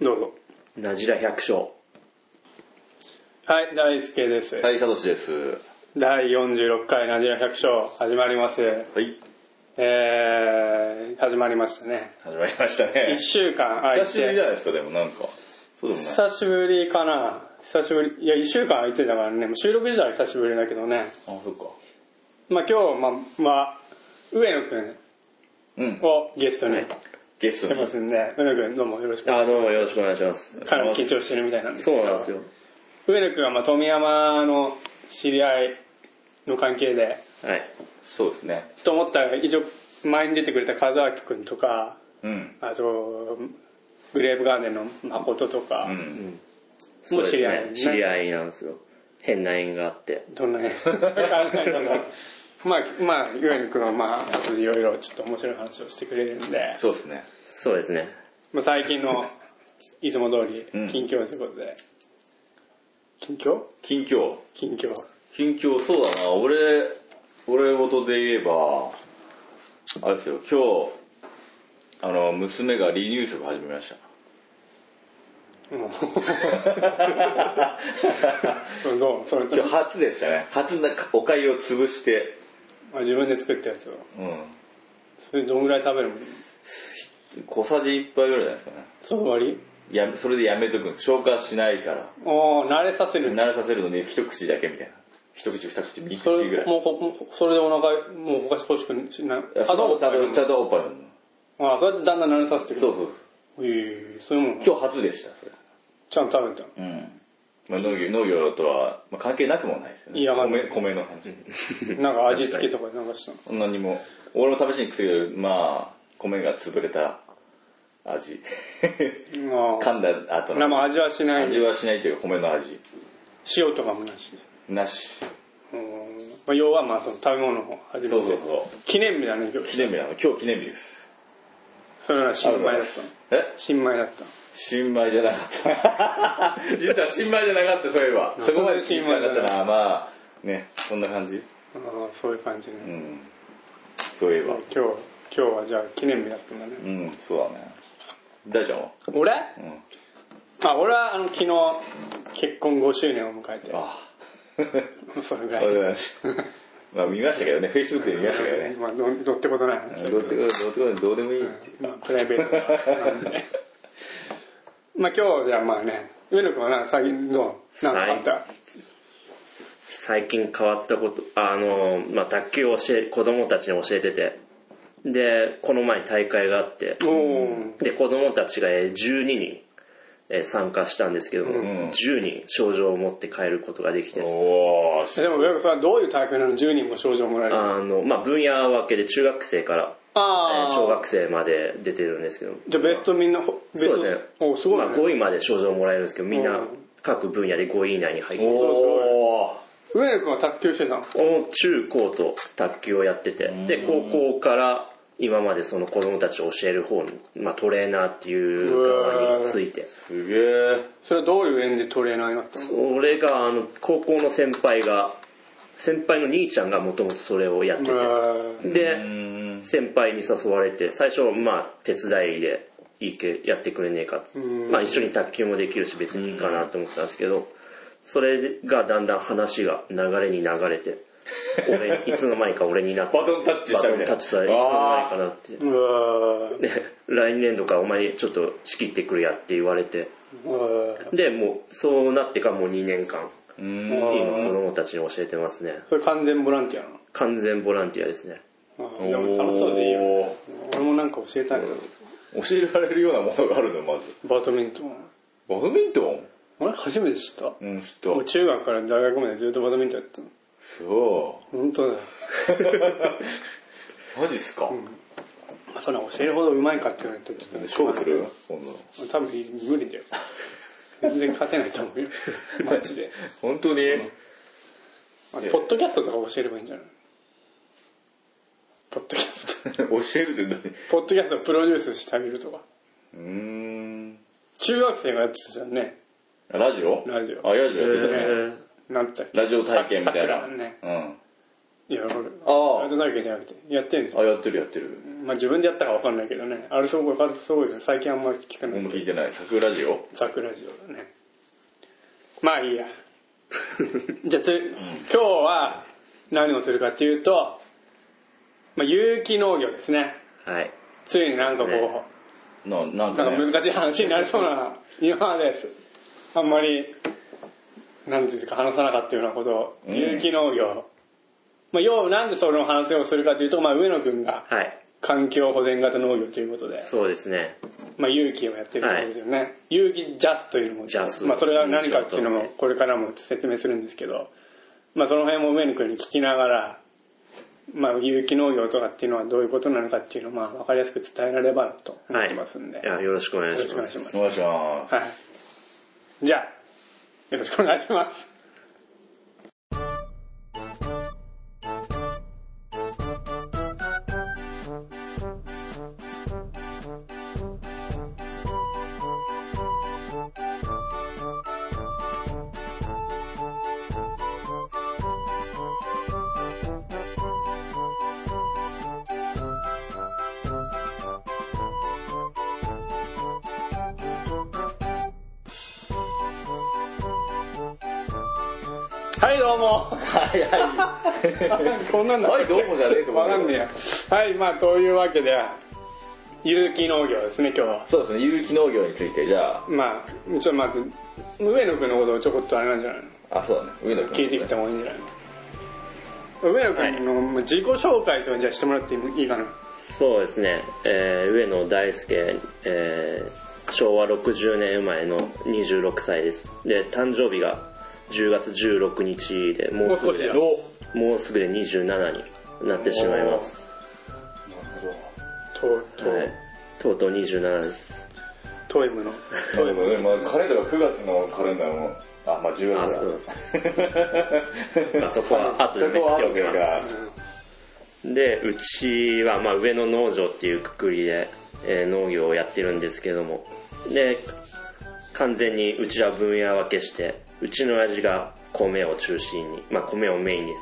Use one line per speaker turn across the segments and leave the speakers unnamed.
どうぞ。
なじら百姓。
はい、大輔です。
はい、サトシです。
第46回ナジラ百姓始まります。
はい、
えー、始まりましたね。
始まりましたね
1。週間空いて。
久しぶりじゃないですか、でもなんか。そうでもない。
久しぶりかな。久しぶり。いや、1週間空いてたからね、もう収録自体は久しぶりだけどね。
あ、そっか。
まあ今日、まあ、まあ、上野くん
うん。
をゲストに
はい
来
ゲスト
て
に
ま。すんで、上野くんどうもよろしくお願
あ、
いし
どうもよろしくお願いします。
ます。かなり緊張してるみたいなんですけ
そ
ど
うなんですよ。
上野くんは、まあ、富山の知り合いの関係で、
はい。
そうですね。
と思ったら一応前に出てくれた和明君とか
うん。
あとグレーブガーデンの誠とか、
うん。
もう知り合い
そうですね知り合いなんですよ。変な縁があって。
どんなまあまあ上野君はまあ後でいろいろちょっと面白い話をしてくれるんで、
そうですね。
そうですね。
まあ、最近のいつも通り
うん
近況ということで、近況
近況。
近況
近況、そうだな。俺、俺事で言えば、あれですよ、今日、あの、娘が離乳食始めました。
もう そうそうそれと
今日初でしたね。初なお粥を潰して。
まあ自分で作ったやつを
うん。
それどんぐらい食べるの
小さじ1杯ぐらいじゃないですかね。
その割り
やそれでやめとくんです。消化しないから。
おー慣れさせるんだ
慣れさせるのに一口だけみたいな。一口、二口、三
そ
口ぐ
れ
らい。
もうこもうそれでお腹もうほかし欲しくしない
いやそのちゃんと、ちゃんとおっぱい飲む。
ああそうやってだんだん慣れさせてく
そ
る
うそう。
ええそういうもん
今日初でした、それ。
ちゃんと食べた
うん。まあ、農業、農業とは、まあ、関係なくもないですよね。
いやまあ
米、米の話。
なんか味付けとかなんかしたの
何も。俺も試しにくせまあ、米が潰れた味。
あ
噛んだ後
あな
の
まあ味はしない
味はしないというか米の味。
塩とかもなしで
なし。
うんまあ要はまあその食べ物を始めて
そうそうそう。
記念日だね今
記
日
念日なの。今日記念日です。
それなら新米だったの
え
新米だったの
新米じゃなかった。 実は新米じゃなかった、そういえば。そこまで新米だったな。まあ、ね、そんな感じ。
ああそういう感じ
う
ね
ん。そういえば
今。日今日はじゃあ記念日だったんだね
うん、そうだね。大ちゃんは
俺
うん。
あ俺はあの昨日結婚5周年を迎えて
あ
それぐ
あ。
ら
あ
い
りがとうございます。まあ見ましたけどね、Facebook で見ましたけどね。
まあ、どどうってことない話だけど
どうってこと、どうってこと、どうでもいいっていう。
まあ、プライベートなん で。まあ今日じゃあまあね、上野くんはな、最近どうなんかあった。
最近変わったこと、あの、まあ、卓球を教え、子供たちに教えてて。で、この前大会があって。
おー
で、子供たちがえー12人えー参加したんですけども、
ん
10人症状を持って帰ることができて、
おーし
でも上野くんはどういう大会なの ?10 人も賞状もらえる。
あの、まあ、分野分けで中学生から、え
あ
ー
ー
小学生まで出てるんですけど、
じゃあベストみんな、ほベス
そ
ト
うですね。
おすごい、
ま
ね
あ、5位まで賞状もらえるんですけど、みん
う
なん各分野で5位以内に入ってて
おー
上野くんは卓球してたの。
中高と卓球をやってて、で、高校から今までその子供たちを教える方に、まあ、トレーナーっていう側について、
すげえ。
それはどういう縁でトレーナーになったの
俺があの高校の先輩が先輩の兄ちゃんがもともとそれをやってて、
えー
う
で
ん。
先輩に誘われて最初まあ手伝いでいいけやってくれねえかって、
うん
まあ、一緒に卓球もできるし別にいいかなと思ったんですけど、それがだんだん話が流れに流れて俺いつの間にか俺になって
バトンタッチし
バ
た
ト
みたい
ン
な。
タッチされいつの間にか
あ
なって
うわー
で来年度からお前ちょっと仕切ってくれやって言われて
うわー
でもうそうなってからもう2年間
ーうん。
今子供たちに教えてますね
それ完全ボランティアなの
完全ボランティアですね
あー。でも楽しそうでいいよね。俺もなんか教えたいな。
おー教えられるようなものがあるの、まず。
バドミントン。
バドミントン
俺初めて知った。
うん、ちょ
俺
っと。
中学から大学までずっとバドミントンやってたの
そ
本当だよ
う。マジっすか
まあそんな教えるほどうまいかって言われてちょっと
勝負する今度。
多分無理だよ全然勝てないと思う よマジで
本当に
あポッドキャストとか教えればいいんじゃないポッドキャスト
教えるって何う
ポッドキャストをプロデュースしてあげるとか
ーん。
中学生がやってたじゃんね
ラジオ
ラジオ
あ、ラジオやってたね。
え
なんて言ったっけ
ラジオ体験みたい
さ
な。
くらね
うん。
いや、俺、
あ
アート体験じゃなくて、やってんじゃ
あ、やってるやってる。
ん。まあ自分でやったかわかんないけどね。あれすごい、すごいです最近あんまり聞かな
もう
い。
聞いてない。桜ジオ
桜ジオだね。まあいいや。 じゃあつ、今日は何をするかっていうと、まあ有機農業ですね。
はい。
ついになんかこう、
ね
な、なん
な
か
んか
ね。
難しい話になりそうな、今までです。あんまり、なんていうか話さなかったようなことを、
うん
有機農業。まあ、要はなんでその話をするかというと、まあ、上野くんが
はい。
環境保全型農業ということで、
そうですね。
まあ、有機をやってるんですよね。有機ジャスというのも、
ジャス
まあ、それが何かっていうのも、これからも説明するんですけど、まあ、その辺も上野くんに聞きながら、まあ、有機農業とかっていうのはどういうことなのかっていうのを、まあ、わかりやすく伝えられればなと思
は
っ
い。
てますんで。
いやよろしくお願い
よろし
し
くお
ま
願いし
す。
ます。
お願いします。
はい。じゃあ、よろしくお願いします。はい、どうも。
はいは
こんなんだったっけ
はいどうもじゃねえと思う
わかんねえや。はい、まあ、というわけで、有機農業ですね、今日は。
そうですね、有機農業について、じゃ
まあ、ちょっと待って、上野くんのことをちょこっとあれなんじゃないの
あ、あ、そうだね、上野君。
聞いてきた方がいいんじゃないの上野くんの自己紹介とかじゃあしてもらっていいかな。
そうですね。えー、上野大輔、えー、昭和60年生まれの26歳です。で、誕生日が10月16日で、もうすぐで、
も
もうすぐで27になってしまいます。
遠い、
はい。とうとう27です。
遠いもの。
まあでも、でもカレンダーが9月のカレンダーも、あ、まあ10
あ、
月だ
そうなんです。 まあそこは後で
そ
ね
こは
見て
後
おき
で
ま
か
す。でうちはまあ上野農場っていうくくりで、えー農業をやってるんですけどもで完全にうちは分野分けしてうちの親父が米を中心に、まあ、米をメインに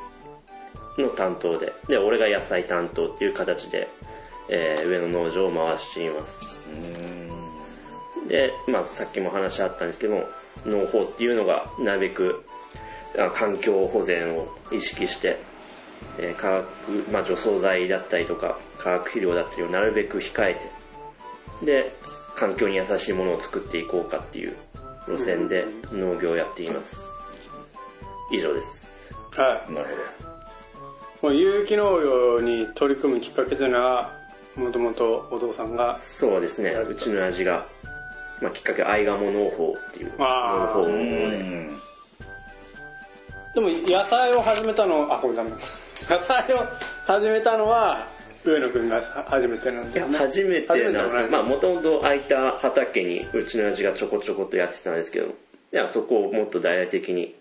の担当でで俺が野菜担当っていう形で、えー上野農場を回していますで、まあ、さっきも話あったんですけども農法っていうのがなるべくあ環境保全を意識してえー化学、まあ、除草剤だったりとか化学肥料だったりをなるべく控えてで環境に優しいものを作っていこうかっていう路線で農業をやっています以上です
はい。
なる
まあ、有機農業に取り組むきっかけというのはもともとお父さんが
そうですねうちの親父が、まあ、きっかけはアイガモ農法っていう農
あー
法を
ほど。うん。
でも野菜を始めたのあこれダメ野菜を始めたのは上野くんが初めてなん
い
だ
や
よね
初めてなん
初め
です
て
け
じゃない
どまあもともと空いた畑にうちの親父がちょこちょこっとやってたんですけどいやそこをもっと大々的に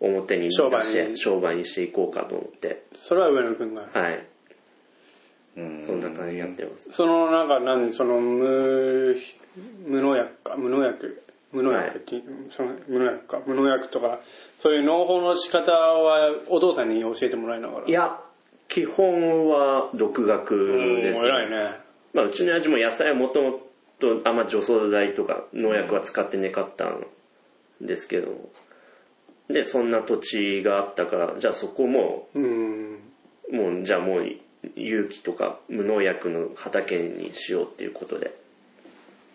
表に
商
出
売に
して商売にしていこうかと思って
それは上野くんが
はい
うん
そんな感じになってます
そのなんか何その無無農薬か無農薬無農薬って、その無農薬か無農薬とかそういう農法の仕方はお父さんに教えてもらいながら
いや基本は独学
うん
です、
偉いね
まあ、うちの親父も野菜はもともとあんま除草剤とか農薬は使ってなかったんですけどでそんな土地があったからじゃあそこも
うん
もうじゃあもう有機とか無農薬の畑にしようっていうことで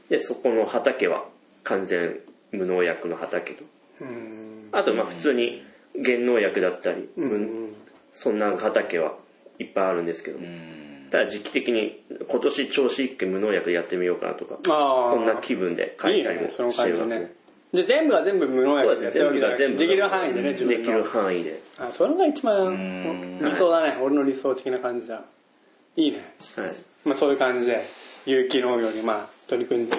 でそこの畑は完全無農薬の畑と
うん
あとまあ普通に減農薬だったり、無そんな畑はいっぱいあるんですけど、
うん。
ただ時期的に今年調子一く無農薬やってみようかなとか
あー
そんな気分で書
い
い
い
たり
ね
も、
その
して
感
い
じ
ますね
ね。で、全部が全部無農
そう
薬
です
で
ね
やってるわけ
全部
じゃなくて
が全部
できる範囲でね、自分
で
の。
きる範囲で、
あ、それが一番
ん
理想だね。俺の理想的な感じだ。いいね。
はい、
まあそういう感じで、有機農業にまあ取り組んで、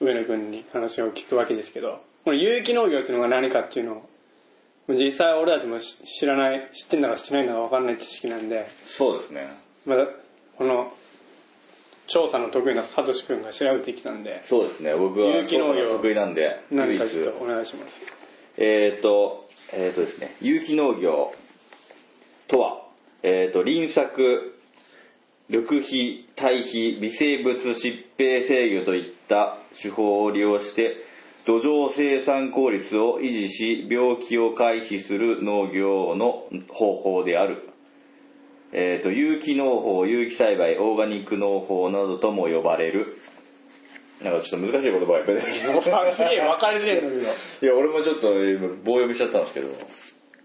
上野くんに話を聞くわけですけど、この有機農業っていうのが何かっていうのを、実際俺たちも知知らない、知ってんだか知ってないんだか分かんない知識なんで、
そうですね。
まだ、この、調査の得意なサトシくんが調べてきたんで、
そうですね、僕は
有機農業
調査が得意なんで、唯
何
一
か。ちょっとお願いします。
えっと、えっとですね、有機農業とは、えっ、と、輪作、緑肥、堆肥、微生物、疾病制御といった手法を利用して、土壌生産効率を維持し、病気を回避する農業の方法である。えっ、と、有機農法、有機栽培、オーガニック農法などとも呼ばれる。なんかちょっと難しい言葉がいっぱい出てきた。
す げえ分かりづらいんだけど。
いや、俺もちょっと今棒読みしちゃったんですけど、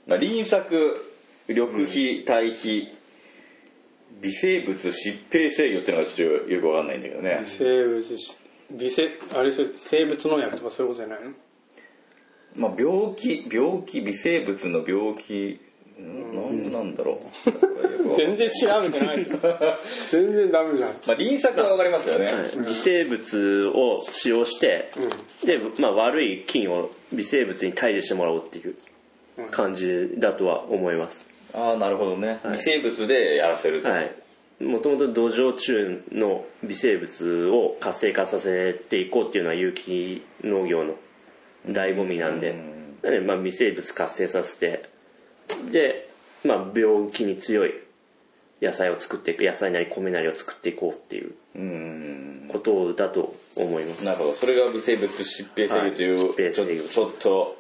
まあ、輪作、緑肥、堆肥、微生物、疾病制御っていうのがちょっとよくわかんないんだけどね。
生物し、微生、あれでしょ生物農薬とかそういうことじゃないの
まあ、病気、病気、微生物の病気、んなんなんだろう。
全然調べてないじゃん。 全然ダメじゃん。
まあ、輪作はわかりますよね。
はい微生物を使用して、で、まあ、悪い菌を微生物に退治してもらおうっていう感じだとは思います
ああ、なるほどね。微生物でやらせると。
はいもともと土壌中の微生物を活性化させていこうっていうのは有機農業の醍醐味なんで
うん
なのでまあ微生物活性させてで、まあ、病気に強い野菜を作っていく野菜なり米なりを作っていこうっていう
うん。
ことだと思います
なるほど。それが微生物疾病制御という、
はい
ちょ
疾病制御
ちょっと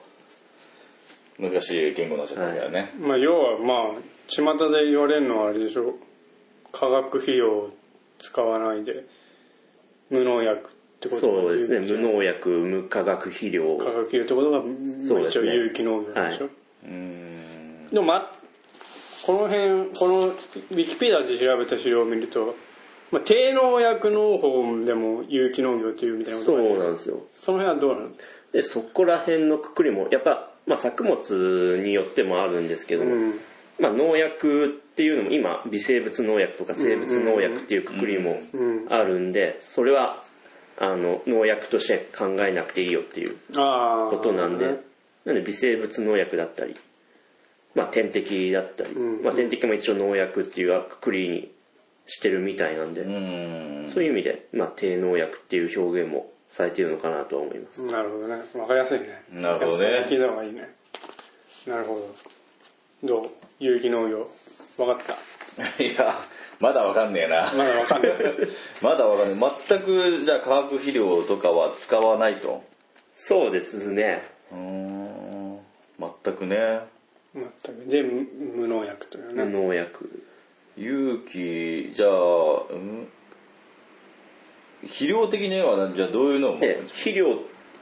難しい言語になっちゃったんだよね。
まあ要はまあ巷で言われるのはあれでしょ化学肥料を使わないで無農薬ってこと
そうですね
有機
無農薬無化学肥料
化学肥料ってことが
そうで
一
す
応
ね
有機農業でしょ、
は
うん
でもまこの辺このウィキペディアで調べた資料を見ると、まあ、低農薬農法でも有機農業っていうみたいなことが
そうな
あ
ん
る
ですよ
その辺はどうなの
でそこら辺のくくりもやっぱ、まあ、作物によってもあるんですけども、
うん
まあ、農薬っていうのも今微生物農薬とか生物農薬っていうくくりも
うん
あるんでそれはあの農薬として考えなくていいよっていう
ああ
ことなんでなので微生物農薬だったり、まあ、点滴だったり、
うん
まあ、点滴も一応農薬っていうくくりにしてるみたいなんで、
うん
そういう意味で、まあ、低農薬っていう表現もされているのかなとは思います
なるほどね。わかりやすいね。
なるほどね
やっぱ聞いた方がいいね。なるほど。どう有機農業。わかった。
いや、まだわかんねえな。
まだわ かんない。
まだわかんねえ。全く、じゃあ化学肥料とかは使わないと。
そうですね
うーん。全くね。
全く。で、無無農薬という
無
ね。
農薬
有機、じゃあ、うん肥料的には、じゃあどういうのを持って
で
るんです
肥料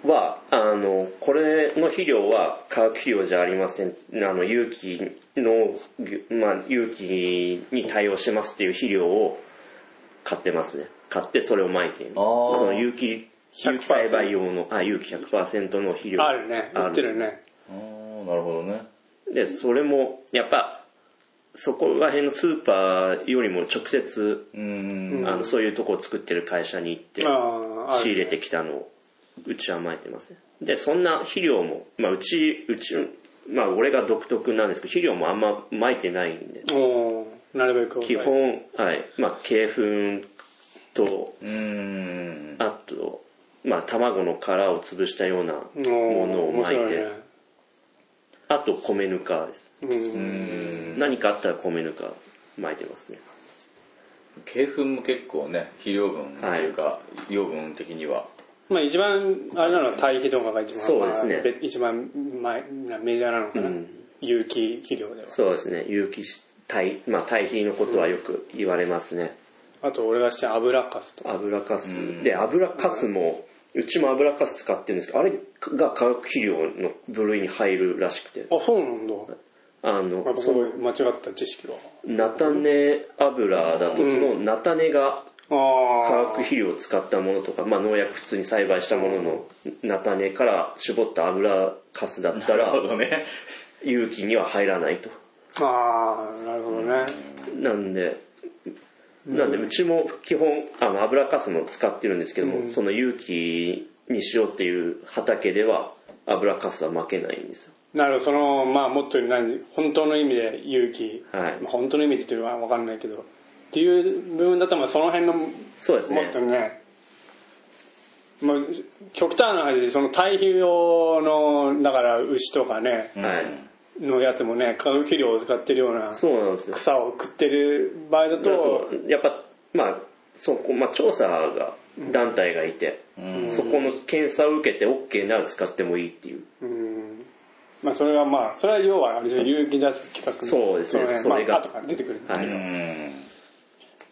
はあのこれの肥料は化学肥料じゃありませんあの有機農業まあ、有機に対応してますっていう肥料を買ってますね買ってそれをまいている
あー
その有機
100%
有機栽培用のあ有機100%の肥料
あるね。売ってるね。
かあーなるほどね。
でそれもやっぱそこら辺のスーパーよりも直接、
うーん。
あのそういうとこを作ってる会社に行って
ああ、あ
仕入
る。
れてきたのをうちはまいてますねでそんな肥料も、まあ、うちうちまあ俺が独特なんですけど肥料もあんままいてないんで
おーなるべく。
基。本はいまあ鶏粉と
うーん。
あとまあ卵の殻を潰したようなも
おー
のを
面
ま
白
い
い
て
ね。
あと米ぬかです
うん。
何かあったら米ぬかまいてますね
鶏粉も結構ね、肥料分っていうか、養分的には。
まあ一番、あれなのは堆肥とかが一番、
そうですね
まあべ一番前メジャーなのかな。有機肥料では。
そうですね有機堆まあ堆肥のことはよく言われますね、
あと俺がして油かすとか。
油かす、で油かすもうちも油かす使ってるんですけどあれが化学肥料の部類に入るらしくて
あ、そうなんだ。
あ
やっ
の
ぱ
そ
すご
の
い間違った知識は。
菜種油だとその菜種が化
あ
学肥料を使ったものとか、まあ、農薬普通に栽培したものの菜種から絞った油かすだったら
どね。
有機には入らないと
あああなるほどね
なんでなんでうちも基本あの油かすも使ってるんですけども、その有機にしようっていう畑では油かすは負けないんですよ
なるほどそのまあもっと何本当の意味で勇気、
はい
まあ本当の意味でというのは分かんないけどっていう部分だったらまあその辺のも
そうです
っ
ね
とねまあ、極端な話でその堆肥用のだから牛とかね、
はい
のやつもね化学肥料を使ってるような
そうなんですよ
草を食ってる場合だ
だと
と
やっぱまあそこ、まあ、調査が団体がいて、そこの検査を受けて OK なら使ってもいいっていう、
うんまあそれはまあそれは要はあれでしょ有機脱規格の
そうですね
の
それが
まあ、後から出てくる、
は
う
い
ん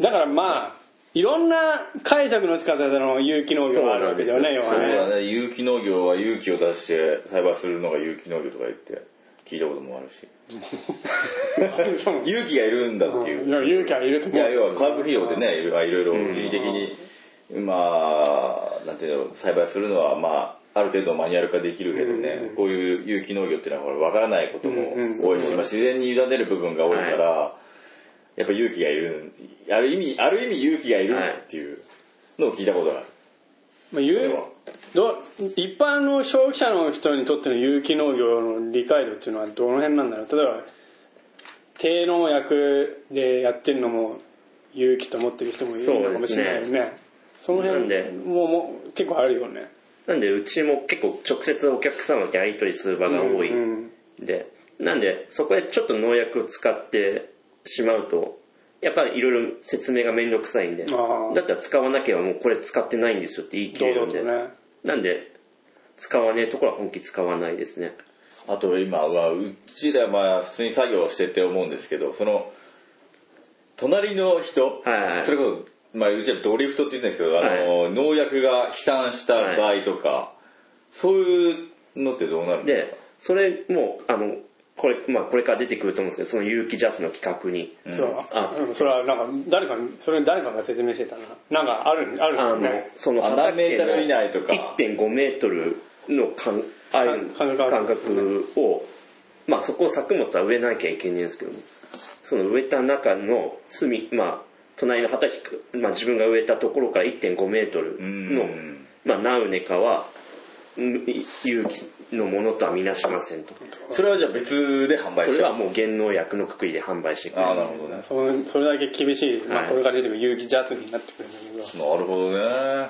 だからまあいろんな解釈の仕方での有機農業があるわけだよね要
そう
そう
は
だ
ね
ね有機農業は勇気を出して栽培するのが有機農業とか言って聞いたこともあるし
そう
勇気がいるんだっていう
いや勇気はいると
い
思う
や要は化学肥料でねいろいろ一時的にまあなんていうの栽培するのはまあある程度マニュアル化できるけどねこういう有機農業っていうのはほらわからないことも多いしまあ自然に委ねる部分が多いからやっぱ勇気がいるある意味ある意味勇気がいるっていうのを聞いたことがある
まあ有
れは
どう一般の消費者の人にとっての有機農業の理解度っていうのはどの辺なんだろう例えば低農薬でやってるのも有機と思ってる人もいるのかもしれないよ
そう
ねその
なんで
辺ももう結構あるよね
なんでうちも結構直接お客様とやり取りする場が多い
うん
で、なんでそこでちょっと農薬を使ってしまうとやっぱりいろいろ説明が面倒くさいんで
ああ
だったら使わなければもうこれ使ってないんですよって言い切
堂
れるん
々
で、
とね
なんで使わねえところは本気使わないですね
あと今はうちらまあ普通に作業してて思うんですけどその隣の人、
はいはい
それこそ、まあ、うちはドリフトって言ってるんですけど、あの農薬が飛散した場合とか、そういうのってどうなるんです
でそれもあのこれ,、まあ、これから出てくると思うんですけどその有機ジャスの企画に、
そう
あ
うんそれはなんか誰かにそれ誰かが説明してたななんかあるある
あ
よ
の
ね
その
あ
畑
何メートル以内とか
1.5メートルの間あれ
間
間
隔
隔を、まあそこを作物は植えなきゃいけないんですけどもその植えた中の隅まあ隣の畑、まあ、自分が植えたところから1.5メートル
う
の
ん、
まあ、ナウネカはうん有機のものとはみなしませんと
それはじゃあ別で販売
そ
して
れ
る
はもう原農薬のくくりで販売してくれる
ああなるほどね
そうそれだけ厳しい、まあ
はい
これから出てくる有機ジャスになってくるんだけど
なるほどね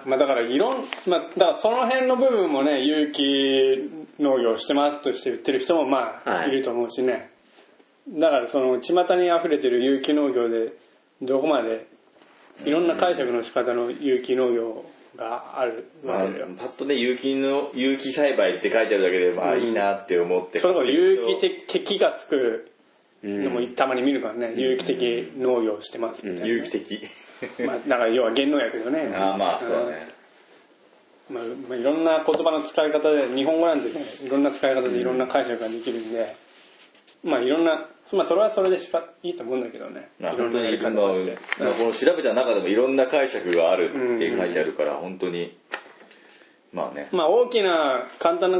まあだからいろん、まあ、だからその辺の部分もね、有機農業してますとして売ってる人もまあ
はい
いると思うしね。だからその巷に溢れてる有機農業で、どこまでいろんな解釈の仕方の有機農業がある
まあ
わけだよ。、
パッとね有機の有機栽培って書いてあるだけでまあいいなって思って、
それこそ有機的敵がつくのもたまに見るからね、有機的農業してますみたいな
有
ね
機的
まあだから要は原農薬だよね。
ああまあそうだね
まあまあ、いろんな言葉の使い方で日本語なんてねいろんな使い方でいろんな解釈ができるんで、まあいろんな、まあ、それはそれでしかいいと思うんだけどねい
まあ、
ろん
本当
なや
に
り
今
方
の
があ
こ
って
の調べた中でもいろんな解釈があるって書いてあるから本当にまあね
まあ大きな簡単な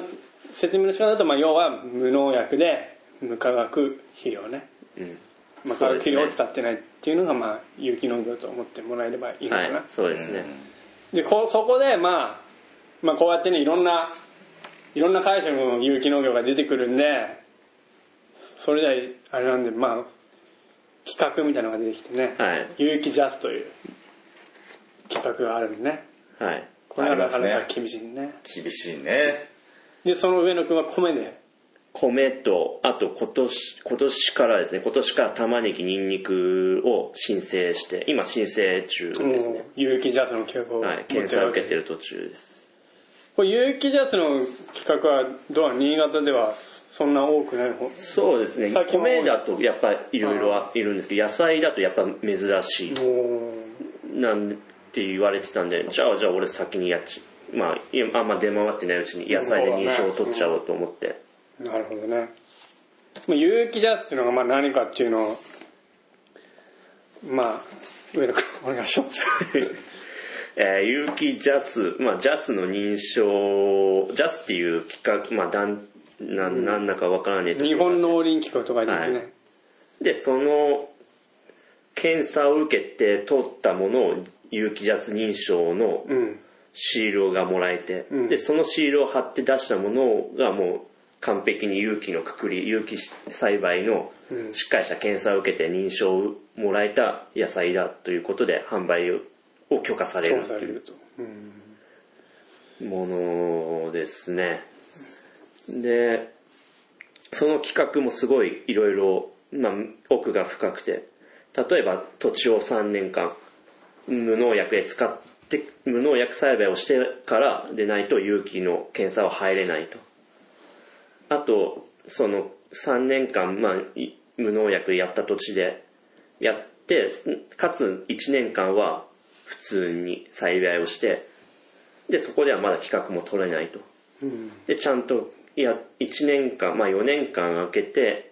説明の仕方だと、まあ、要は無農薬で無化学肥料ね、
うん
まあ、化
そう
学
です
肥
ね
料を使ってないっていうのが、まあ、有機農業と思ってもらえればいいのか
は
な、
いそうですね、
でこうそこで、まあ、まあこうやってねいろんないろんな会社の有機農業が出てくるんでそれであれなんでまあ企画みたいなのが出てきてね、
はい
有機ジャスという企画があるんでね
はい
これはなかな
あり
か
ます
厳しいね
厳しいね
でその上野くんは米で
米とあと今年今年からですね今年から玉ねぎにんにくを申請して今申請中ですね、
有機ジャスの企画を
はい、検査を受けてる途中です
これ有機ジャスの企画はどうなの新潟ではそんな多くない方
そうですね
先も
米だとやっぱいろいろいるんですけど野菜だとやっぱ珍しい
も
なんて言われてたんでじゃあじゃあ俺先にやっちまあ今あんま出回ってないうちに野菜で認証を取っちゃおうと思って
なるほどね。まあ有機ジャスっていうのがまあ何かっていうのを、まあ、上野くんお願いし ます。
えー、有機ジャス、まあ、ジャスの認証、ジャスっていう企画、まあ、だん、な、なんだかわからねえところ
日本農林機構とかですね。
はいで、その、検査を受けて取ったものを有機ジャス認証の
うん。
シールがもらえて、
うん
で、そのシールを貼って出したものがもう完璧に有機のくくり、有機栽培の
うん
しっかりした検査を受けて認証をもらえた野菜だということで販売をを許可され
そう
る
さ
と
れ
いう
ると。うん。
ものですね。で、その企画もすごいいろいろ、まあ、奥が深くて例えば土地を3年間無農薬で使って無農薬栽培をしてからでないと有機の検査は入れないとあとその3年間、まあ、い無農薬やった土地でやってかつ1年間は普通に栽培をしてでそこではまだ企画も取れないと
うん
でちゃんといや1年間まあ4年間空けて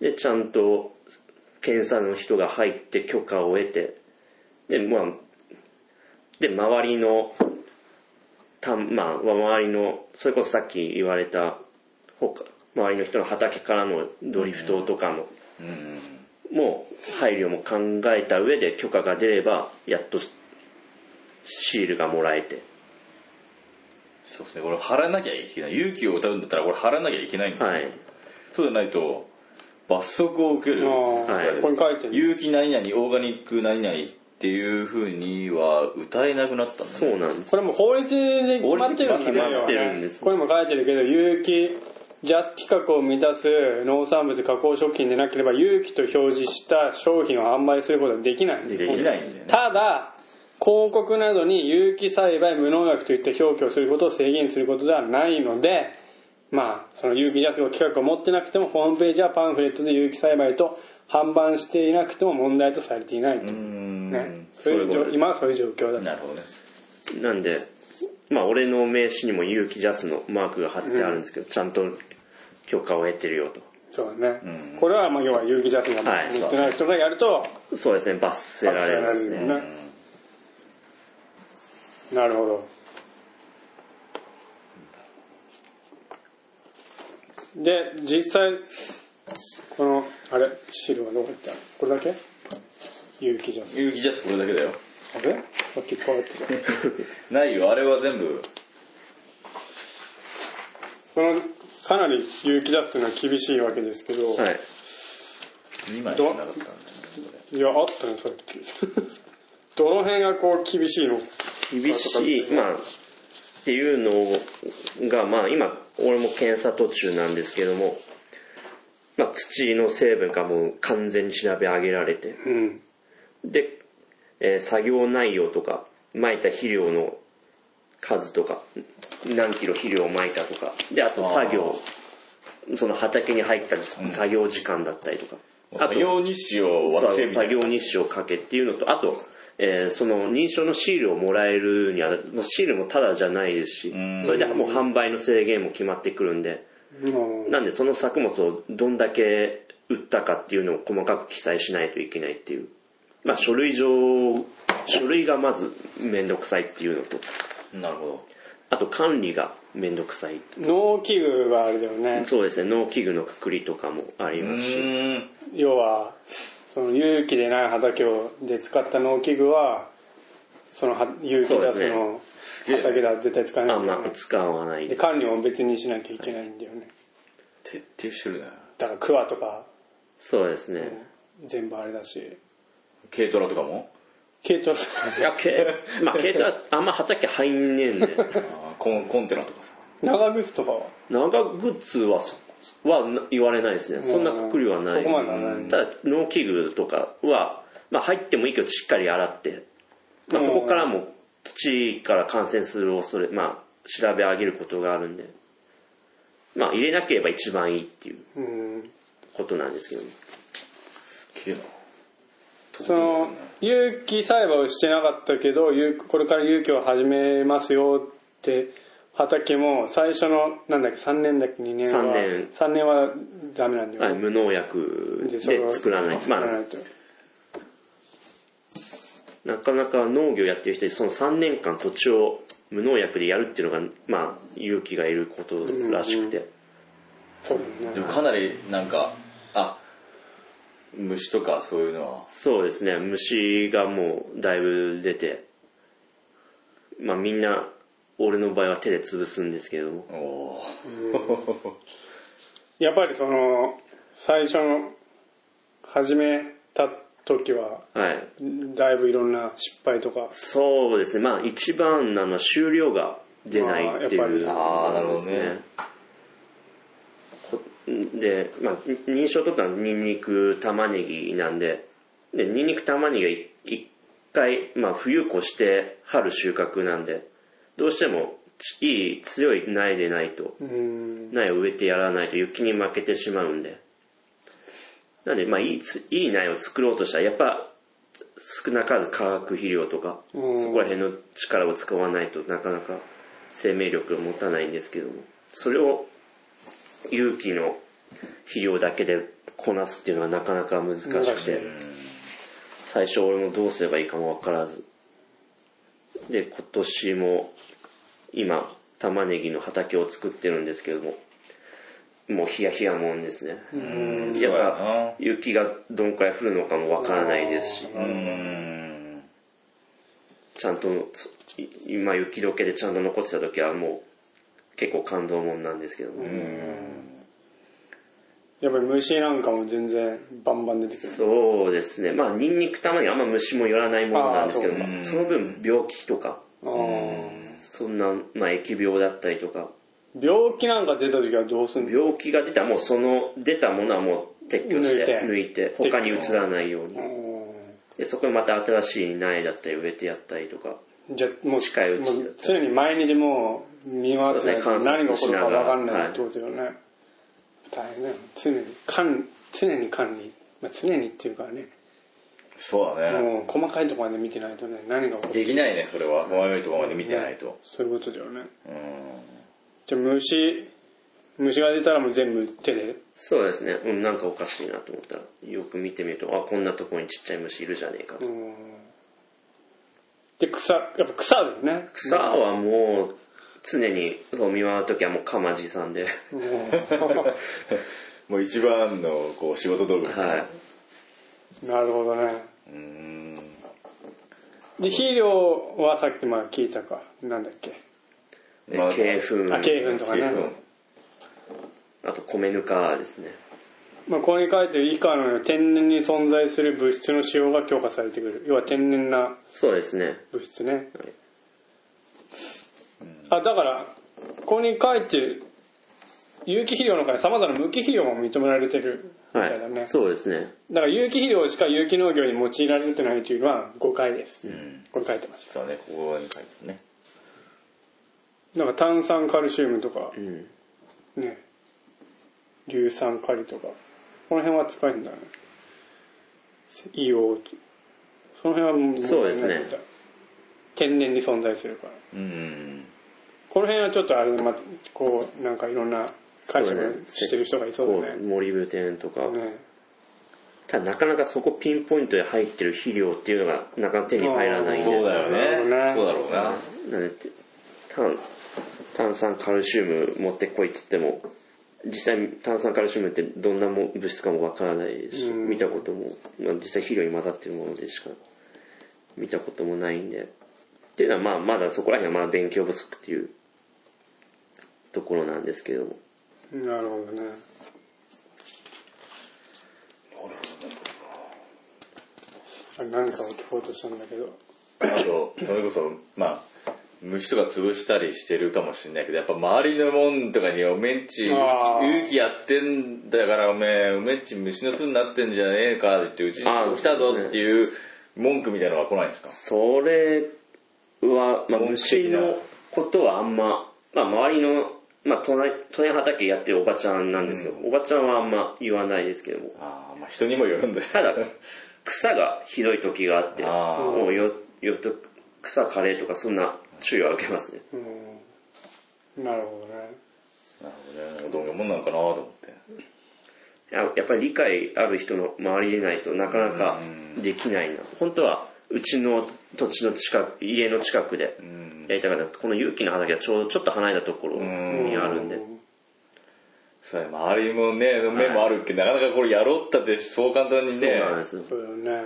でちゃんと検査の人が入って許可を得てでまあで周りのたまあ周りのそれこそさっき言われた他周りの人の畑からのドリフトとかの、
うん
もう配慮も考えた上で許可が出ればやっとシールがもらえて
そうですねこれ払わなきゃいけない勇気を歌うんだったらこれ払わなきゃいけないんですよ、
はい
そうじゃないと罰則を受ける
ああ、
はい
ここに書いてる
有機何々オーガニック何々っていうふうには歌えなくなったんだね
そうなんです
これも法律で決まってるんだね
法律で決まってるんです
要はねこれも書いてるけど有機ジャス規格を満たす農産物加工食品でなければ有機と表示した商品を販売することはできないんです
できないんだよね
ただ広告などに有機栽培無農薬といった表記をすることを制限することではないのでまあその有機ジャスの企画を持ってなくてもホームページやパンフレットで有機栽培と販売していなくても問題とされていないと、
うーん
ね、そういう
そういうこ
状
とです
今はそういう状況だ
なるほどね
なんでまあ俺の名刺にも有機ジャスのマークが貼ってあるんですけど、ちゃんと許可を得てるよ
そうだね、
うん
これはまあ要は有機ジャスが
はい
持ってない人がやると
とそうですね罰せられますね
罰せられるもんねなるほどで実際このあれ汁はどこ行ったこれだけ有機ジャス
有機ジャスこれだけだよ
あれさっきこうやってた
ないよあれは全部
そのかなり有機ジャスというのは厳しいわけですけど、
はい
2枚しかなかったんだよね
いやあったねさっき どの辺がこう厳しいの
厳しいまあっていうのがまあ今俺も検査途中なんですけども、まあ、土の成分がもう完全に調べ上げられて
うん
で、えー作業内容とか撒いた肥料の数とか何キロ肥料を撒いたとかであと作業その畑に入った作業時間だったりとか、
これ
あと
作業日誌を忘れみた
作
いな
業日誌をかけっていうのとあと、えーその認証のシールをもらえるにはシールもただじゃないですし
ん
それでもう販売の制限も決まってくるんで
うん
なんでその作物をどんだけ売ったかっていうのを細かく記載しないといけないっていうまあ書類上書類がまず面倒くさいっていうのと
なるほど
あと管理が面倒くさい
農機具があれだよね
そうですね農機具のくくりとかもあり
う
ますし
ーん
要はその有機でない畑をで使った農機具はそのは有機じゃ
そ
そ
うですね
の
げえね
畑では絶対使えない
あ
ん
ん
だよ
ま
ね
使わない
で管理も別にしなきゃいけないんだよね
徹底してるね
だからクワとか
そうですね、
全部あれだし
軽トラとか も
軽トラ
いや、け、まあ、けど、あんま畑入んね えんで。
あーコンコンテナとかさ
長靴とかは
長靴はそ、はな言われないですね。そんなくくりはない。
そこまではない
ただ、農機具とかは、まあ、入ってもいいけど、しっかり洗って。まあ、そこからも、土から感染する恐れ、まあ、調べ上げることがあるんで。まあ、入れなければ一番いいっていう
うん
ことなんですけど、
綺麗な
その有機栽培をしてなかったけど有これから有機を始めますよって畑も最初のなんだっけ3年だっけ2年は
三年
三年はダメなんだよね
はい、無農薬
でそれ
で
は
作らない。まあ、なかなか農業やってる人でその3年間土地を無農薬でやるっていうのが、まあ、勇気がいることらしくて、
そうだ
で
よ
も
ね
かなりなんかあ虫とかそういうのは
そうですね虫がもうだいぶ出て、まあ、みんな俺の場合は手で潰すんですけども
おおー
やっぱりその最初の始めた時は
はい
だいぶいろんな失敗とか
そうですねまあ一番なのは収量が出ないっていう
あーやっぱり
あーなるほどね
ですこで、まあ、認証取ったのはニンニク、玉ねぎなんで、で、ニンニク、玉ねぎがい一回、まあ、冬越して春収穫なんで、どうしてもちいい強い苗でないと、
うん
苗を植えてやらないと雪に負けてしまうんで。なんで、まあ、いいつ、いい苗を作ろうとしたら、やっぱ、少なからず化学肥料とか、そ
うん
こら辺の力を使わないとなかなか生命力を持たないんですけども、それを有機の肥料だけでこなすっていうのはなかなか難し
難
く
しい
て、最初俺もどうすればいいかもわからず。で、今年も今、玉ねぎの畑を作ってるんですけども、もうヒヤヒヤもんですね。やっ
そうやな
ぱ雪がどんくらい降るのかもわからないですし、
うん
ちゃんと、つい今雪解けでちゃんと残ってた時はもう結構感動もんなんですけども、
やっぱり虫なんかも全然バンバン出てくる
そうですね。まあ、ニンニクたまにあんま虫も寄らないものなんですけど
あーそう
も、その分病気とか、
あー
そんな、まあ、疫病だったりとか、
病気なんか出た時はどうすんの
病気が出たらもうその出たものはもう撤去して
抜いて
抜いて他に移らないようにでそこにまた新しい苗だったり植えてやったりとか
じゃもう
近いうちだ
もう常に毎日もう見回ってないと
そうですね
何が起こるか分かん
観察しながら
ない
はい
ってことよね、大変だよ常に管常に管理、まあ、常にっていうかね
そうだね
もう細かいところまで見てないとね何が起こる
できないねそれは細かいところまで見てない
か
と
そういうことだよね
うん
じゃあ虫虫が出たらもう全部手で
そうですね、うん、なんかおかしいなと思ったらよく見てみるとあこんなとこにちっちゃい虫いるじゃねえかと
うんで草やっぱ草だよね
草はもう常にそう見回る時はもう釜じさんで
もう一番のこう仕事道具
はい
なるほどね
うん
で肥料はさっきまあ聞いたかなんだっけ
で
まあ
鶏粉
あ鶏粉とかね
あと米ぬかですね
まあ、ここに書いてる以下のように天然に存在する物質の使用が強化されてくる要は天然な
そうですね
物質ね、あだからここに書いてる有機肥料の中でさまざまな無機肥料も認められてるみ
は
たいだね、
いそうですね
だから有機肥料しか有機農業に用いられてないというのは誤解です、これ書いてまし
そうねここに書いてね
たなんか炭酸カルシウムとか
うん
ね硫酸カリとかこの辺は使えるんだね硫黄とその辺はもう
そうですね
天然に存在するから
うん
この辺はちょっとあれまこうなんかいろんな解釈してる人がいそう
こ
だ
う
ね
森部天とか、
ね
ただなかなかそこピンポイントで入ってる肥料っていうのがなかなか手に入らないんで
そうだよ
なる
ね
ほ
そう
ど
だろうな
なので炭炭酸カルシウム持ってこいって言っても実際に炭酸カルシウムってどんなも物質かもわからないし、
うん
見たことも、まあ、実際肥料に混ざってるものでしか見たこともないんでっていうのはまあまだそこら辺はまだ勉強不足っていうところなんですけども
なるほどねあ何かを聞こうとしたんだけど
あと、それこそ、まあ、虫とか潰したりしてるかもしれないけど、やっぱ周りのもんとかにおめんち、
あー
勇気やってんだからおめえ、おめんち虫の巣になってんじゃねえかって言って、うちに来たぞっていう文句みたいなのは来ないんですか
それは、まあ、
文句的
虫
な
のことはあんま、まあ、周りの、まあ、隣、隣畑やってるおばちゃんなんですけど、おばちゃんはあんま言わないですけども。
あ あ、まあ人にもよるんだよ。
ただ、草がひどい時があって、
あー
もうよ、よっと、草枯れとかそんな注意は受けますね。
うんなるほどね
なるほどね。どういうもんなのかなと思って。
ややっぱり理解ある人の周りでないとなかなかできないな。本当は、うちの土地の近く、家の近くで
ん
やりたかったんですこの勇気の畑はちょうどちょっと離れたところにあるんで。
そうや周りもね、の目もあるけど、なかなかこれやろうったってそう簡単に
そう
ね。
なんですよ。
そうだよね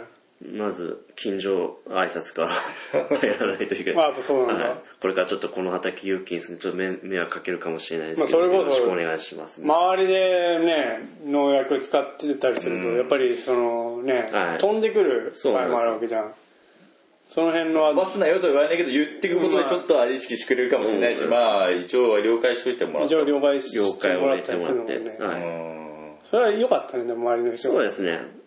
まず、近所挨拶から やらないといけない。
あやっぱそうなんだ
はいこれからちょっとこの畑有機にするちょっと迷迷惑かけるかもしれないですけ
ま
ど、
あそれこ
よ
そ
ろしくお願いします、
周りでね農薬使ってたりするとやっぱりそのね、
はい
飛んでくる
そう
場合
なんです
もあるわけじゃんそその辺の
飛ばすなよとは言わないけど言っていくことでちょっとは意識してくれるかもしれないし、
うん
まあ一応は了解しといてもらっ
一
た
応了解し
了
て
解
も
を
らっ
入れ
た
て
りするの
もらっ
でね
て、
う
はい、
ん
それは良かったねでも周りの人
そ
が
うですね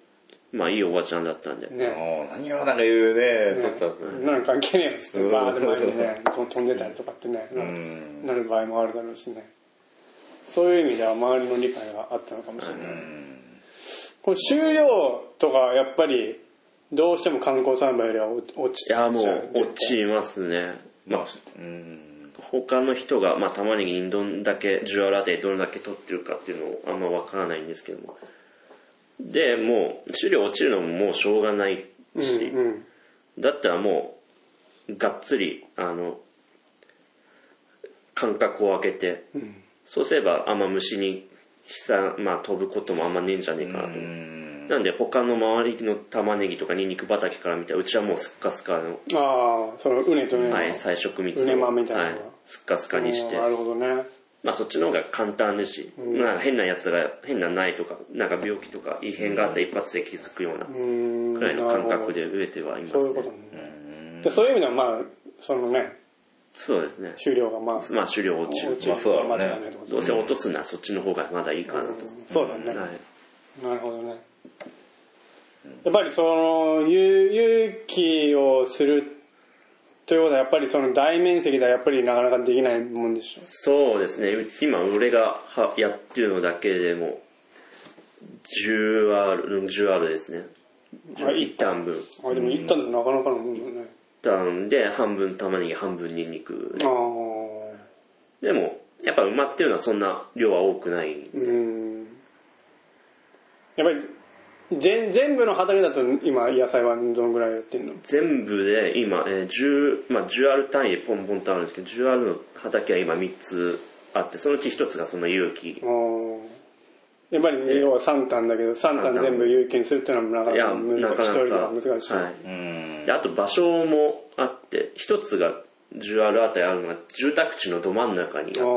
まあいいおばちゃんだったんで、
ね
もう何をなんか言うねちょっと
そんなの関係ねえやつってバーって前にね飛んでたりとかってね
ん
なる場合もあるだろうしねそういう意味では周りの理解があったのかもしれないこの終了とかやっぱりどうしても観光産売よりは落落ち
いやも
ちゃう
う落ちますね
まあうん
他の人が、まあ、玉ねぎにどんだけジュアラテどれだけ取ってるかっていうのをあんまわからないんですけどもでもう資料落ちるのももうしょうがないし、
うんうん
だったらもうがっつりあの間隔を空けて、
ん
そうすればあんま虫に飛散、まあ、飛ぶこともあんまねえんじゃねえかなと、なんで他の周りの玉ねぎとかニンニク畑から見たらうちはもうスッカスカの、
ああそのうねとね
はい、菜食蜜
梅
を、
まんみたいなの
は
が
い、スッカスカにして
なるほどね
まあそっちの方が簡単ですし、まあ変なやつが変なないとか、なんか病気とか異変があったら一発で気づくような
うーん
くらいの感覚で植えてはいま
そうい
す
うこと
ね。
ねでそういう意味ではまあそのね
そうですね。
終了がまあ
まあ狩猟を中
落ちる
まあそうだろうね
間違いないってこと
どうせ落とすならそっちの方がまだいいかなと。
そうだね
はい。
なるほどねやっぱりそのゆ勇気をするということはやっぱりその大面積ではやっぱりなかなかできないもんでしょ
そうですね。う今俺がはやってるのだけでも、10R、10R ですね。
あい
一旦分。
あでも行ったんだなかなかのもんだね
一旦で半分玉ねぎ、半分ニンニク。
ああ
でも、やっぱ馬っていうのはそんな量は多くない。
うんやっぱり全全部の畑だと今野菜はどのぐらいやってんの
全部で今、えー10、まあ、10R 単位でポンポンとあるんですけど、10R の畑は今3つあって、そのうち1つがその勇気。い
ああやっぱり要は3単だけど3単全部有機にするっていうのはなかな
や、
か難しい
なか
一
な
人では
か。
難しい、
は
うん
い。で、あと場所もあって、1つが 10R あたりあるのが住宅地のど真ん中にあ
あ
っ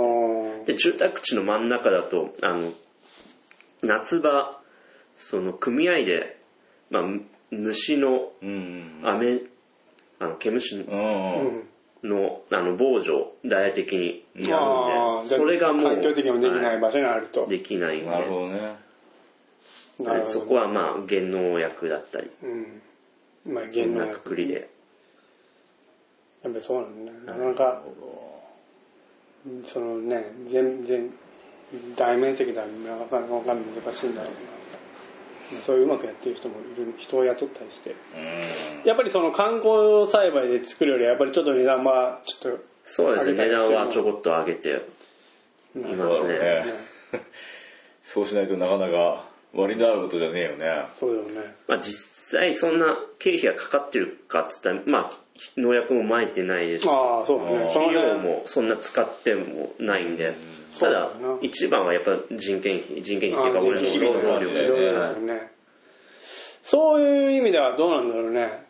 あ
て、住宅地の真ん中だと、あの、夏場、その組合で、まあ、む虫の
うん
雨、あの、毛虫の
うん
のあの防除を大々的にやる
あ
ん
あ
で、それがもう、
環境的にもできない
は
場所にあると、
いできないんで、
なるほどね
なるほど
そこはまあ、減農薬だったり、
うんまあ
そ
減
ん
量
な
やっ
くくりで、
ぱりそうなんだねなかなかそのね全然大面積ではなかなか難しいんだろうなそういううまくやってる人もいる人を雇ったりして
うん
やっぱりその観光栽培で作るよりはやっぱりちょっと値段はちょっ
そうですね、
上げた
値
りす
段
る
はちょこっと上げてい
と
ます
そう
ね。
だねそうしないとなかなか割りのあることじゃねえよね
そうだよね
まあ実際そんな経費がかかってるかって言ったら、まあ農薬も撒いてないですし、
ああそうだねその
費
辺
用もそんな使ってもないんで、
そ
た
うだ
だ
な
一番はやっぱ人件費、人件費っていうか
あ
俺
人
の
件
労
費
働
だよ
力
ね
いろいろだよねそういう意味ではどうなんだろうね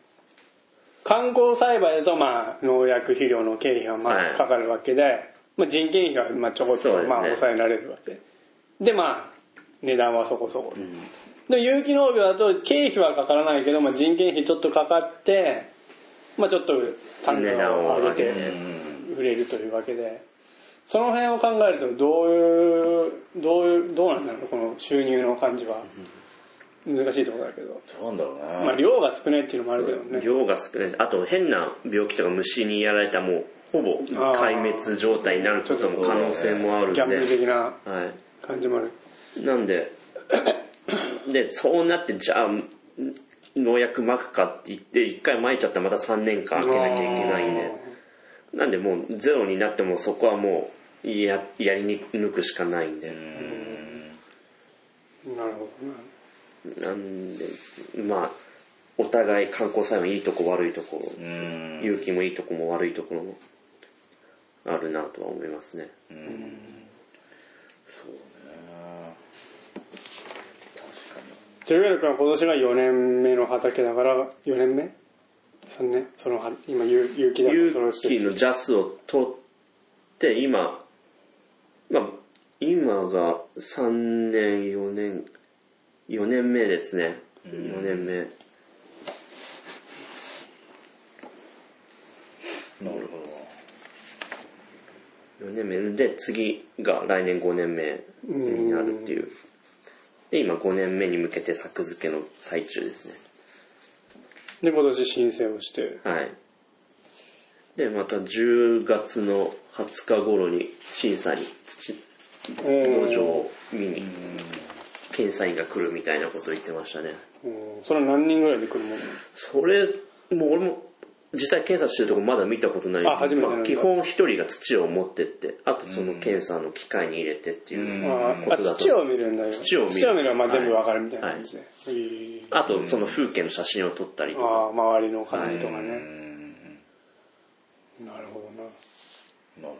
観光栽培だとまあ農薬肥料の経費がま
は
あ
い
かかるわけで、まあ、人件費がまあちょこっ
そう
と
ですね
まあ抑えられるわけでまあ値段はそこそこ、で有機農業だと経費はかからないけど、まあ、人件費ちょっとかかってまあちょっと単
値
価
段
を
を
上
上
げ
げ
て
て。
売れるというわけでその辺を考えるとどういうどういうどうなんだろうこの収入の感じは難しいところだけど、
どうなんだろうね
まあ、量が少ないっていうのもあるけどね
量が少ないしあと変な病気とか虫にやられたらもうほぼ壊滅状態になることも可能性もあるん
ギャンブル
で、
的な
は
感じもある
い、なんででそうなってじゃあ農薬撒くかって言って一回撒いちゃったらまた3年間空けなきゃいけないんでなんでもうゼロになってもそこはもうややり抜くしかないんで
あーなるほどな
なんでまあお互い観光産業いいとこ悪いところ
うん
勇気もいいとこも悪いところもあるなとは思いますね、
というわけで今年が4年目の畑だから4年目 ?3 年そのは今有有機だからその
勇気のジャスを取って今まあ今が3年4年4年目ですね4年目なるほど4年目で次が来年5年目になるっていうで今5年目に向けて作付けの最中です
で今年申請をして
ねはいでまた10月の20日頃に審査に土
お
土壌を見に検査員が来るみたいなこと言ってましたね
おそれは何人ぐらいで来るもん
それもう俺も実際検査してるとこまだ見たことない
あ初めてなんだ
まあ基本一人が土を持ってってあとその検査の機械に入れてっていう、
あ
ことだと
あ土を見るんだよ
土を見る
のがまあ全部わかるみたいな感じで、へえ
あとその風景の写真を撮ったりとか、
ああ周りの感じとかね、なるほどな
なるほど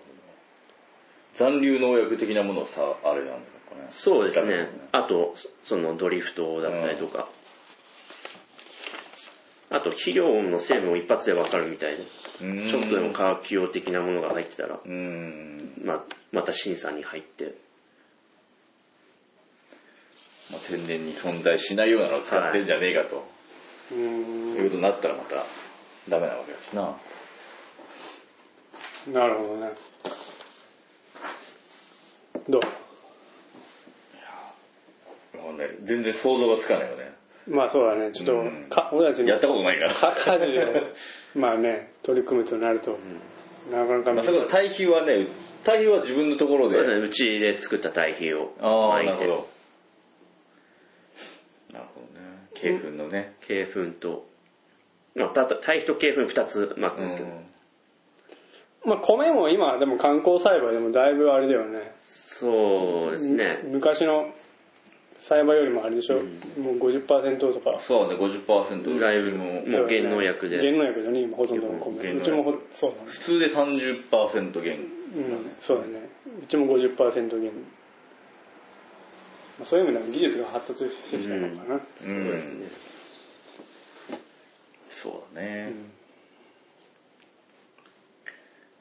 残留農薬的なものをさあれなんだろうかね
そうですねあとそのドリフトだったりとか、あと肥料の成分を一発でわかるみたいでちょっとでも化学用的なものが入ってたら、
うん、
まあ、また審査に入って
まあ、天然に存在しないようなのを使ってんじゃねえかと、
うー
そういうことになったらまたダメなわけだしなん
なるほどねど
わかんない全然想像がつかないよね
うまあそうだねちょっと、
うん
か俺たち
や
の
ったこと ないから
か家事を まあね取り組むとなると、なかなか
ま
難
あ、それこそ堆肥はね堆肥は自分のところで
そうですねうちで作った堆肥を
ああ
巻
ないるほ
て
どなるほどね鶏粉のね
鶏粉と、まあ、たた堆肥と鶏粉2つ巻くんですけど、
まあ米も今でも観光栽培でもだいぶあれだよね
そうですね、
昔の栽培よりもあれでしょ、もう50%とか
そうね50%
だいぶ
うち
もう減農薬で
減農薬だね今ほとんどの米
減
う
農薬
ちもほそうだね
普通で30%減
うんそうだねうちも50%減まあそういう意味では技術が発達してきたのかな、
うん
そうですね
そうだね、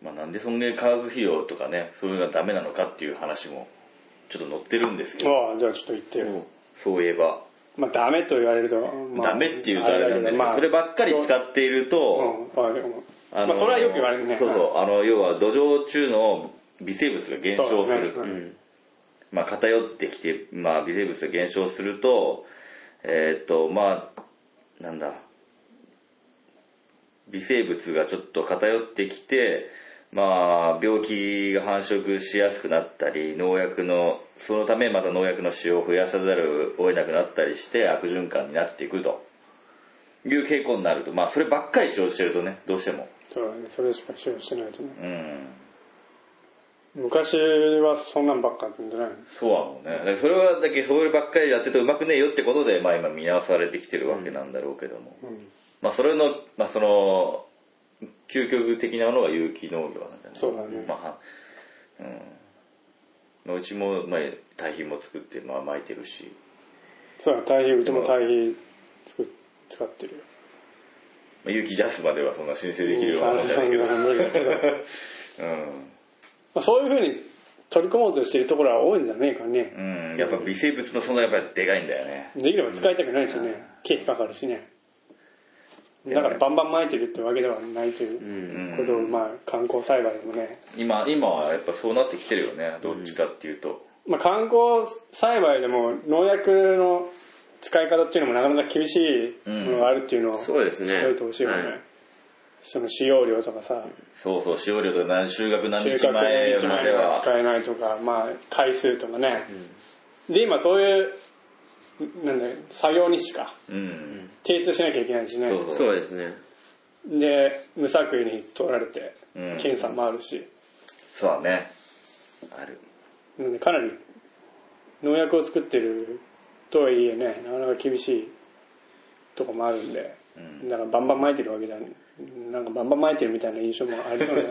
まあ、なんでそんなに化学肥料とかねそういうのがダメなのかっていう話もちょっと載ってるんですけど
ああじゃあちょっと言ってよ、
そういえば
まあダメと言われると、まあ
ダメっていうとあれなんですけど、
あ
そればっかり使っていると、
うんあれかもまあそれはよく言われるね
そうそう、あの、要は土壌中の微生物が減少する。
そうね
うん
まあ、偏ってきて、まあ、微生物が減少すると、えーっと、まあ、なんだ、微生物がちょっと偏ってきて、まあ、病気が繁殖しやすくなったり、農薬の、そのためまた農薬の使用を増やさざるを得なくなったりして、悪循環になっていくと。いう傾向になると、まあ、そればっかり使用してるとね、どうしても。
そうだねそれしか使用してないとね
うん。
昔はそんなんばっかだったんじゃないの
そうなのね。だからそれは、だけどそればっかりやっててうまくねえよってことで、まあ今見直されてきてるわけなんだろうけども。まあそれの、まあその、究極的なものが有機農業なんだね。
そうだね
まあ、はうん。まあうちも、まあ、堆肥も作って、まあ巻いてるし。
そうだ堆肥うちも堆肥作っ使ってるよ
まあ、有機ジャスまではそんな申請できるようなもんじゃないけど。
23無理だけどまあそういうふうに取り組もうとしてるところは多いんじゃねえかね
うん。やっぱ微生物の存在はやっぱりでかいんだよね。
できれば使いたくないしね経費かかるしねだからバンバン撒いてるってわけではないということをまあ観光栽培でもね
今、今はやっぱそうなってきてるよね。どっちかっていうと。
まあ、観光栽培でも農薬の使い方っていうのもなかなか厳しいものがあるっていうのを知っ
そうですね
ておいてほしいよね、
はい
その使用量とかさ
そうそう、使用量とか何収穫何
収
日
穫の
前
1
ま
枚
で
が
は。
使えないとか、まあ、回数とかね、で今そういうなんだよ作業日誌か
うん。
提出しなきゃいけないしね
そうそう
そうですね
で無作為に取られて
うん
検査もあるし、
そうだね。ある。
なんでかなり農薬を作ってるとはいえねなかなか厳しいとこもあるんで、だからバンバン撒いてるわけじゃんなんかバンバン撒いてるみたいな印象もありそうな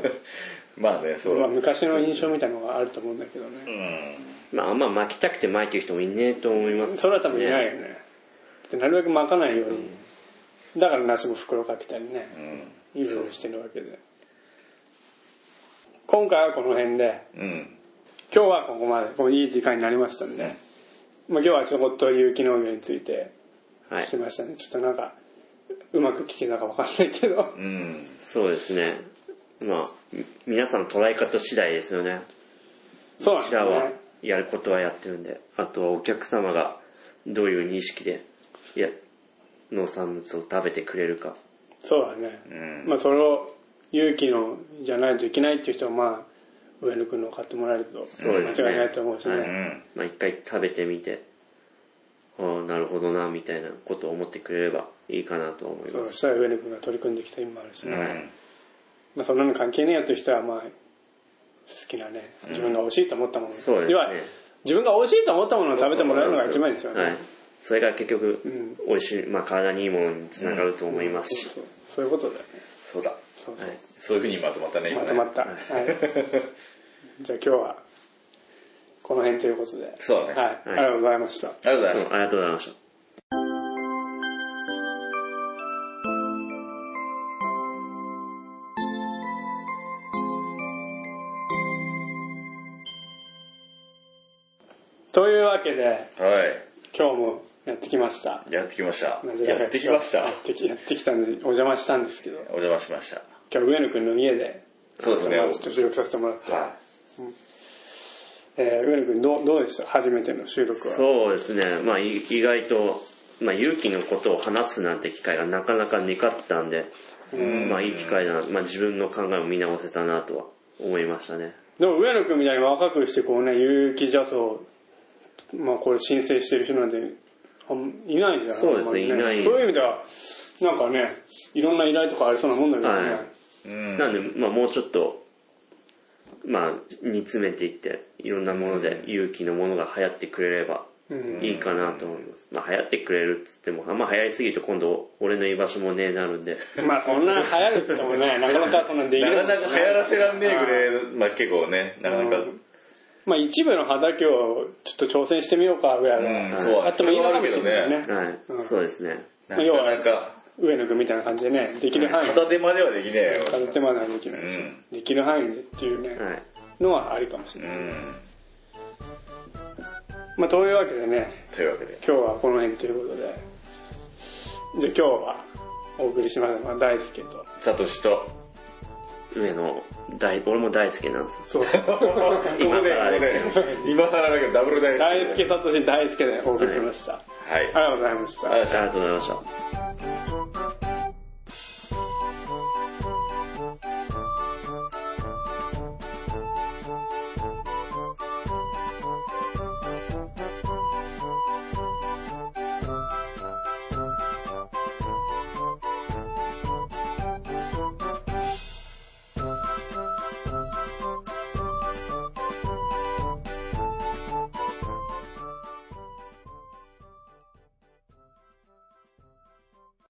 まあね、そう
ま
だ
あ
ね。
昔の印象みたいなのがあると思うんだけどね、
まああんま巻きたくて巻いてる人もいねえと思います
それは多分いないよねでなるべく巻かないように、だから梨も袋かけたりね、いうふうにしてるわけで今回はこの辺で
うん。
今日はここまでもういい時間になりましたんで、
ね
まあ、今日はちょっと有機農業について
はい
聞きましたね、ちょっとなんかうまく聞けたかわかんないけど
うん。
そうですねまあ、み皆さんの捉え方次第ですよね。
そうな
こ
んで
ち
す
らは
ね。
やることはやってるんで、あとはお客様がどういう認識で、いや、農産物を食べてくれるか。
そうだね。
うん
まあそれを勇気のじゃないといけないっていう人はまあ、上野くんのを買ってもらえると
そうですね
間違いないと思うしね。
うん
まあ一回食べてみて、ああ、なるほどな、みたいなことを思ってくれればいいかなと思い
そ
ま
う
す。
したら上野くんが取り組んできた今もあるし
う
ね。
ん
まあそんなの関係ねえよっていう人はまあ、好きなね、自分が美味しいと思ったもの。
そうですね
要は自分が美味しいと思ったものを食べてもらえるのが一番ですよね。
はい。それが結局
ん、
美味しい、まあ体にいいものにつながると思いますし。
そうそういうことだよね。
そうだ
そうそう
はい
そういうふうにまとまったね今
ま
ね
とまった。はい。 じゃあ今日は、この辺ということで。
そうだね
はい。ありがとうございました。
ありがとうございま
ど
し
う
た
もありがとうございました。
というわけで、
は
今日もやってきました。
い。やってきました
な。ぜか
やってきました
や。ってきやってきたんで、お邪魔したんですけど、
お邪魔しました。
今日上野くんの家で、
そうですね。
まあちょっと収録させてもらって、
は。
えー上野くんどうどうでした初めての収録は。
そうですね、まあ、い意外と、まあ、勇気のことを話すなんて機会がなかなかなかったんで、まあ、いい機会だな、まあ、自分の考えを見直せたなとは思いましたね。
でも上野くんみたいに若くしてこうね、有機ジャズを、まあこれ申請してる人なんて、あんいないじゃん。
そうですね
あんまり
いない
そういう意味では、なんかね、いろんな依頼とかありそうなもんだけどね。
はい
うん。
なんで、まあ、もうちょっと、まあ、煮詰めていって、いろんなもので勇気のものが流行ってくれれば
うん
いいかなと思います。まあ、流行ってくれるって言っても、あんま流行りすぎると今度、俺の居場所もねえなるんで、
まあそんな流行るって言っても ね、なかなかそんなんでき
な
ない。
かなか流行らせらんねえぐらいの、まあ結構ね、なかなか。
まあ一部の畑をちょっと挑戦してみようかぐらいは、
うんそう
あってもいいのかもしれないね。
はい、そうですね。
な
まあ要は
かなか、
上野くんみたいな感じでね、できる範囲で、
片手まではできねえよ。
片手まではできないし、できる範囲でっていうね、
はい。
のはありかもしれ
う
ない。
ん。
まあというわけでね、
というわけで。
今日はこの辺ということで、じゃあ今日はお送りしましたのは大輔と、
サトシと、
上野、大、俺も大好きなんですよ。
そう、
こ
今
こで、
更で
ここで今更だけどダブルダイス。
大輔聡大輔でお送りしました。
はい。
ありがとうございました。
ありがとうございました。